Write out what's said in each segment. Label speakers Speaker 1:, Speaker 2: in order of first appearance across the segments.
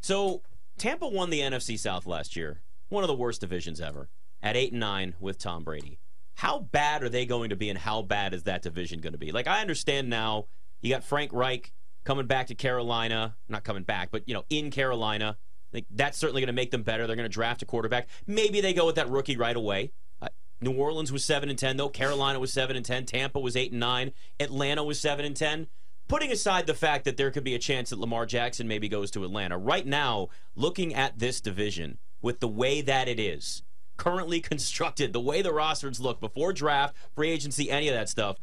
Speaker 1: So Tampa won the NFC South last year, one of the worst divisions ever, at eight and nine with Tom Brady. How bad are they going to be, and how bad is that division going to be? Like I understand now, you got Frank Reich coming back to Carolina, not coming back, but you know in Carolina. Like, that's certainly going to make them better. They're going to draft a quarterback. Maybe they go with that rookie right away. Uh, New Orleans was seven and ten, though. Carolina was seven and ten. Tampa was eight and nine. Atlanta was seven and ten. Putting aside the fact that there could be a chance that Lamar Jackson maybe goes to Atlanta, right now, looking at this division with the way that it is currently constructed, the way the rosters look before draft, free agency, any of that stuff,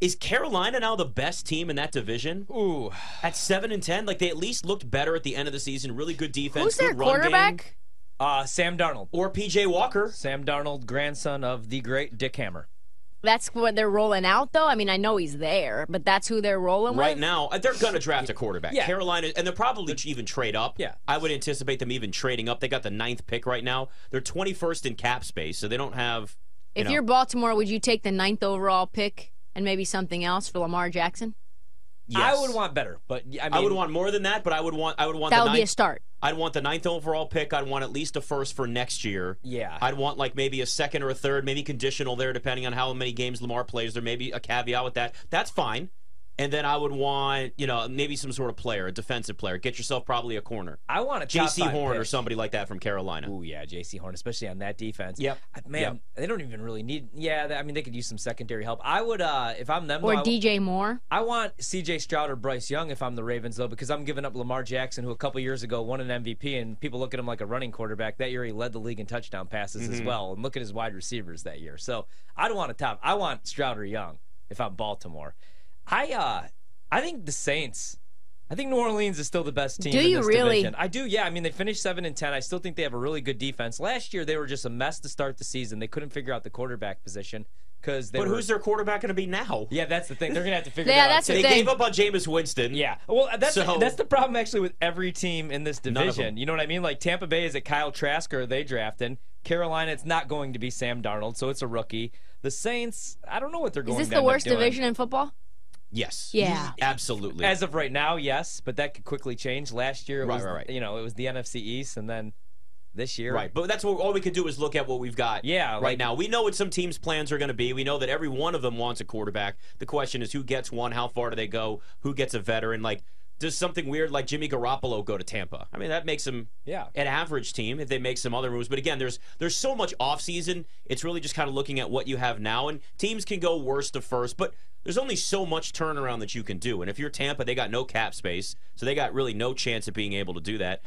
Speaker 1: is Carolina now the best team in that division?
Speaker 2: Ooh,
Speaker 1: At seven and ten, like they at least looked better at the end of the season. Really good defense.
Speaker 3: Who's their
Speaker 1: good run game.
Speaker 3: quarterback?
Speaker 2: uh, Sam Darnold.
Speaker 1: Or PJ Walker.
Speaker 2: Sam Darnold, grandson of the great Dick Hammer.
Speaker 3: That's what they're rolling out, though. I mean, I know he's there, but that's who they're rolling
Speaker 1: Right
Speaker 3: with.
Speaker 1: now, uh, they're going to draft a quarterback.
Speaker 2: Yeah.
Speaker 1: Carolina, and they'll probably even trade up.
Speaker 2: Yeah.
Speaker 1: I would anticipate them even trading up. They got the ninth pick right now. They're 21st in cap space, so they don't have. You
Speaker 3: if
Speaker 1: know,
Speaker 3: you're Baltimore, would you take the ninth overall pick and maybe something else for Lamar Jackson?
Speaker 1: yes.
Speaker 2: I would want better, but I mean,
Speaker 1: I would want more than that, but I would want. I would want.
Speaker 3: That
Speaker 1: the
Speaker 3: would
Speaker 1: ninth,
Speaker 3: be a start.
Speaker 1: I'd want the ninth overall pick. I'd want at least a first for next year.
Speaker 2: Yeah.
Speaker 1: I'd want like maybe a second or a third, maybe conditional there, depending on how many games Lamar plays. There may be a caveat with that. That's fine. And then I would want, you know, maybe some sort of player, a defensive player. Get yourself probably a corner.
Speaker 2: I want a top
Speaker 1: JC
Speaker 2: five
Speaker 1: Horn or
Speaker 2: pick.
Speaker 1: somebody like that from Carolina.
Speaker 2: Ooh, yeah, J.C. Horn, especially on that defense.
Speaker 1: Yep.
Speaker 2: Uh, Man,
Speaker 1: Yep.
Speaker 2: they don't even really need. Yeah, they- I mean, they could use some secondary help. I would, uh if I'm them,
Speaker 3: Or
Speaker 2: though, I-
Speaker 3: DJ Moore?
Speaker 2: I want C.J. Stroud or Bryce Young if I'm the Ravens, though, because I'm giving up Lamar Jackson, who a couple years ago won an MVP, and people look at him like a running quarterback. That year, he led the league in touchdown passes
Speaker 1: Mm-hmm.
Speaker 2: as well, and look at his wide receivers that year. So I don't want to top. I want Stroud or Young if I'm Baltimore. I, uh I think the Saints. I think New Orleans is still the best team.
Speaker 3: Do
Speaker 2: in
Speaker 3: you
Speaker 2: this
Speaker 3: really?
Speaker 2: division. I do, yeah. I mean, they finished seven and ten. I still think they have a really good defense. Last year, they were just a mess to start the season. They couldn't figure out the quarterback position because they
Speaker 1: But
Speaker 2: were.
Speaker 1: who's their quarterback going to be now?
Speaker 2: yeah, that's the thing. They're gonna have to figure.
Speaker 3: Yeah,
Speaker 2: that out
Speaker 3: that's
Speaker 2: too.
Speaker 3: the
Speaker 1: They
Speaker 3: thing.
Speaker 1: gave up on Jameis Winston.
Speaker 2: Yeah. Well, uh, that's
Speaker 1: So-
Speaker 2: that's the problem actually with every team in this
Speaker 1: None of
Speaker 2: division.
Speaker 1: them.
Speaker 2: You know what I mean? Like Tampa Bay is at Kyle Trask or they drafting. Carolina, it's not going to be Sam Darnold, so it's a rookie. The Saints, I don't know what they're
Speaker 3: Is
Speaker 2: going.
Speaker 3: this
Speaker 2: to
Speaker 3: the
Speaker 2: end up
Speaker 3: worst
Speaker 2: doing.
Speaker 3: division in football?
Speaker 1: Yes. Mm-hmm.
Speaker 3: Yeah.
Speaker 1: Absolutely.
Speaker 2: As of right now, yes, but that could quickly change. Last year, it
Speaker 1: Right,
Speaker 2: was,
Speaker 1: right, right.
Speaker 2: you know, it was the NFC East, and then this year,
Speaker 1: Right, but that's what all we could do is look at what we've got.
Speaker 2: Yeah,
Speaker 1: right
Speaker 2: like-
Speaker 1: now we know what some teams' plans are going to be. We know that every one of them wants a quarterback. The question is who gets one, how far do they go, who gets a veteran? Like, does something weird like Jimmy Garoppolo go to Tampa? I mean, that makes them
Speaker 2: Yeah.
Speaker 1: an average team if they make some other moves. But again, there's there's so much offseason. It's really just kind of looking at what you have now, and teams can go worst to first, but there's only so much turnaround that you can do. And if you're Tampa, they got no cap space, so they got really no chance of being able to do that.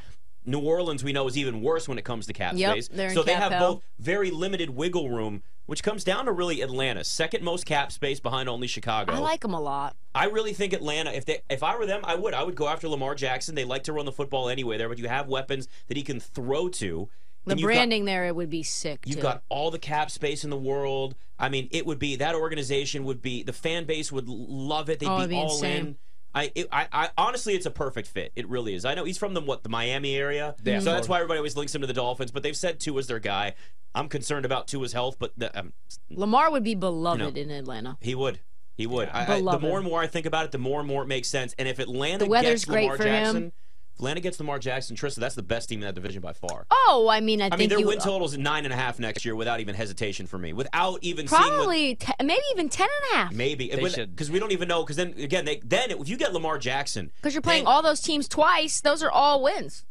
Speaker 1: New Orleans, we know, is even worse when it comes to cap
Speaker 3: Yep,
Speaker 1: space.
Speaker 3: they're in
Speaker 1: so they
Speaker 3: cap
Speaker 1: have
Speaker 3: hell.
Speaker 1: both very limited wiggle room, which comes down to really Atlanta, second most cap space behind only Chicago.
Speaker 3: I like him a lot.
Speaker 1: I really think Atlanta. If they, if I were them, I would. I would go after Lamar Jackson. They like to run the football anyway there, but you have weapons that he can throw to.
Speaker 3: The
Speaker 1: And you've got-
Speaker 3: branding there, it would be sick.
Speaker 1: You've
Speaker 3: too.
Speaker 1: got all the cap space in the world. I mean, it would be that organization would be the fan base would l- love it. They'd
Speaker 3: Oh,
Speaker 1: be,
Speaker 3: it'd be
Speaker 1: all
Speaker 3: insane.
Speaker 1: in. I, it, I, I honestly, it's a perfect fit. It really is. I know he's from the what the Miami area,
Speaker 2: Yeah,
Speaker 1: so that's
Speaker 3: Mm-hmm.
Speaker 2: Florida.
Speaker 1: why everybody always links him to the Dolphins. But they've said Tua's their guy. I'm concerned about Tua's health, but the, um,
Speaker 3: Lamar would be beloved in Atlanta.
Speaker 1: he would. He would. I- I, the
Speaker 3: Beloved.
Speaker 1: more and more I think about it, the more and more it makes sense. And if Atlanta
Speaker 3: The weather's
Speaker 1: gets Lamar
Speaker 3: great for him.
Speaker 1: Jackson, if Atlanta gets Lamar Jackson, Trista, that's the best team in that division by far.
Speaker 3: Oh, I mean, I,
Speaker 1: I mean,
Speaker 3: think
Speaker 1: their
Speaker 3: you
Speaker 1: win totals at nine and a half next year without even hesitation for me, without even seeing what,
Speaker 3: probably te- maybe even ten and a half.
Speaker 1: maybe
Speaker 2: They should.
Speaker 1: because we don't even know because then again they then if you get Lamar Jackson
Speaker 3: Because you're playing
Speaker 1: They-
Speaker 3: all those teams twice. Those are all wins.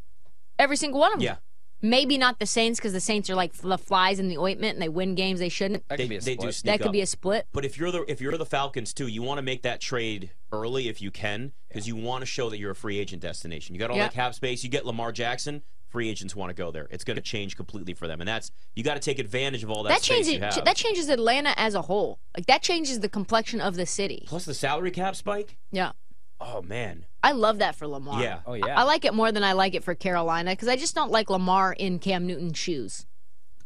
Speaker 3: Every single one of them.
Speaker 1: yeah
Speaker 3: Maybe not the Saints because the Saints are like the flies in the ointment and they win games they shouldn't.
Speaker 2: That
Speaker 1: they,
Speaker 2: could be a
Speaker 1: they do
Speaker 2: split.
Speaker 1: sneak
Speaker 3: That could
Speaker 1: up.
Speaker 3: be a split.
Speaker 1: But if you're the if you're the Falcons too, you want to make that trade early if you can, because you want to show that you're a free agent destination. You got all
Speaker 3: Yeah.
Speaker 1: that cap space. You get Lamar Jackson. Free agents want to go there. It's going to change completely for them, and that's you got to take advantage of all that,
Speaker 3: That
Speaker 1: space
Speaker 3: changes
Speaker 1: you have.
Speaker 3: that changes Atlanta as a whole. Like that changes the complexion of the city.
Speaker 1: Plus the salary cap spike.
Speaker 3: Yeah,
Speaker 1: Oh man,
Speaker 3: I love that for Lamar.
Speaker 1: yeah.
Speaker 2: Oh
Speaker 3: I-
Speaker 2: yeah.
Speaker 3: I like it more than I like it for Carolina because I just don't like Lamar in Cam Newton's shoes.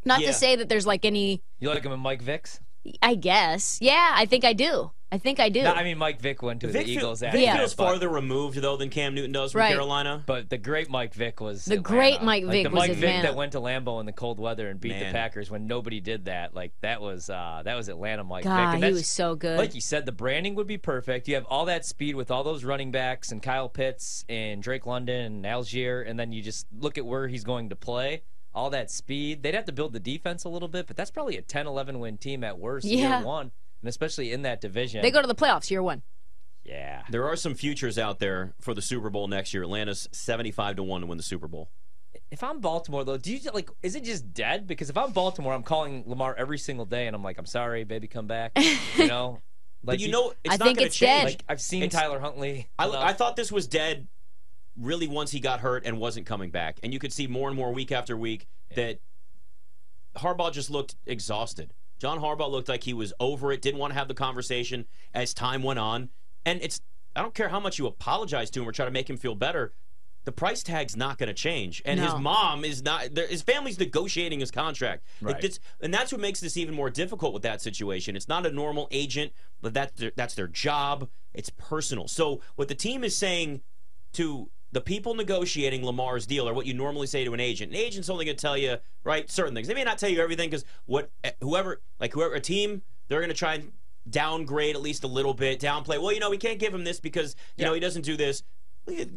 Speaker 3: Not
Speaker 1: Yeah.
Speaker 3: to say that there's like any.
Speaker 2: you like him and Mike Vicks?
Speaker 3: I guess. Yeah, I think I do. I think I do.
Speaker 2: No, I mean, Mike Vick went to
Speaker 1: Vic,
Speaker 2: the
Speaker 1: feel-
Speaker 2: Eagles
Speaker 1: Vic
Speaker 2: after
Speaker 3: Yeah.
Speaker 2: that,
Speaker 1: feels
Speaker 2: but-
Speaker 1: farther removed though than Cam Newton does from
Speaker 3: Right.
Speaker 1: Carolina.
Speaker 2: But the great Mike Vick was
Speaker 3: The
Speaker 2: Atlanta.
Speaker 3: great Mike
Speaker 2: Like,
Speaker 3: Vick
Speaker 2: the
Speaker 3: was
Speaker 2: Mike Vick
Speaker 3: Atlanta.
Speaker 2: that went to Lambeau in the cold weather and beat
Speaker 1: Man.
Speaker 2: the Packers when nobody did that. Like that was uh, that was Atlanta Mike Vick.
Speaker 3: God,
Speaker 2: And
Speaker 3: he
Speaker 2: that's-
Speaker 3: was so good.
Speaker 2: like you said, the branding would be perfect. You have all that speed with all those running backs and Kyle Pitts and Drake London and Algier, and then you just look at where he's going to play. All that speed. They'd have to build the defense a little bit, but that's probably a 10 11 win team at worst
Speaker 3: Yeah.
Speaker 2: year one, and especially in that division.
Speaker 3: they go to the playoffs year one.
Speaker 2: yeah.
Speaker 1: There are some futures out there for the Super Bowl next year. Atlanta's 75 to 1 to win the Super Bowl.
Speaker 2: If I'm Baltimore though, do you like is it just dead? Because if I'm Baltimore, I'm calling Lamar every single day and I'm like, I'm sorry, baby, come back. You know? Like
Speaker 1: but you know, it's
Speaker 3: I
Speaker 1: not
Speaker 3: think
Speaker 1: going to
Speaker 3: it's
Speaker 1: change.
Speaker 3: dead.
Speaker 2: like I've seen
Speaker 1: It's-
Speaker 2: Tyler Huntley.
Speaker 1: I, I thought this was dead really once he got hurt and wasn't coming back. And you could see more and more week after week that Harbaugh just looked exhausted. John Harbaugh looked like he was over it, didn't want to have the conversation as time went on. And it's, I don't care how much you apologize to him or try to make him feel better. The price tag's not going to change, and his
Speaker 3: No.
Speaker 1: mom is not. there- His family's negotiating his contract, Like,
Speaker 2: Right.
Speaker 1: this- and that's what makes this even more difficult with that situation. It's not a normal agent, but that that's their job. It's personal. So what the team is saying to the people negotiating Lamar's deal are what you normally say to an agent. An agent's only going to tell you right certain things. They may not tell you everything because what eh, whoever like whoever a team they're going to try and downgrade at least a little bit, downplay. Well, you know we can't give him this because you know he doesn't do this.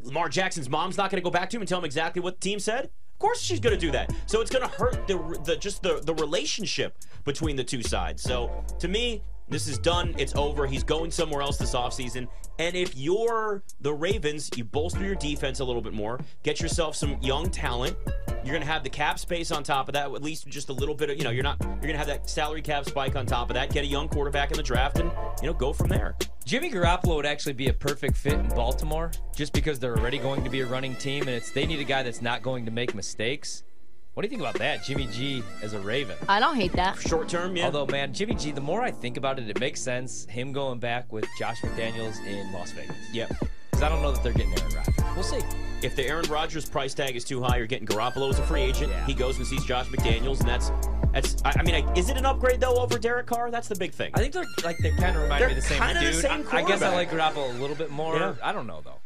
Speaker 1: Lamar Jackson's mom's not going to go back to him and tell him exactly what the team said. Of course she's going to do that. So it's going to hurt the, the just the the relationship between the two sides. So to me, this is done. It's over. He's going somewhere else this offseason. And if you're the Ravens, you bolster your defense a little bit more, get yourself some young talent. You're going to have the cap space on top of that, at least just a little bit of, you know, you're not, you're going to have that salary cap spike on top of that. Get a young quarterback in the draft and, you know, go from there.
Speaker 2: Jimmy Garoppolo would actually be a perfect fit in Baltimore just because they're already going to be a running team and it's they need a guy that's not going to make mistakes. What do you think about that? Jimmy G as a Raven.
Speaker 3: I don't hate that.
Speaker 1: Short term, yeah.
Speaker 2: Although, man, Jimmy G, the more I think about it, it makes sense him going back with Josh McDaniels in Las Vegas.
Speaker 1: yep.
Speaker 2: Because I don't know that they're getting Aaron Rodgers. We'll see.
Speaker 1: If the Aaron Rodgers price tag is too high, you're getting Garoppolo as a free agent.
Speaker 2: Yeah.
Speaker 1: He goes and sees Josh McDaniels, and that's that's. I, I mean, I, is it an upgrade though over Derek Carr? That's the big thing.
Speaker 2: I think they're like they kind of remind
Speaker 1: They're
Speaker 2: me of the same
Speaker 1: kinda the
Speaker 2: dude.
Speaker 1: same
Speaker 2: I, I guess I
Speaker 1: quarterback.
Speaker 2: like Garoppolo a little bit more.
Speaker 1: Yeah.
Speaker 2: I don't know though.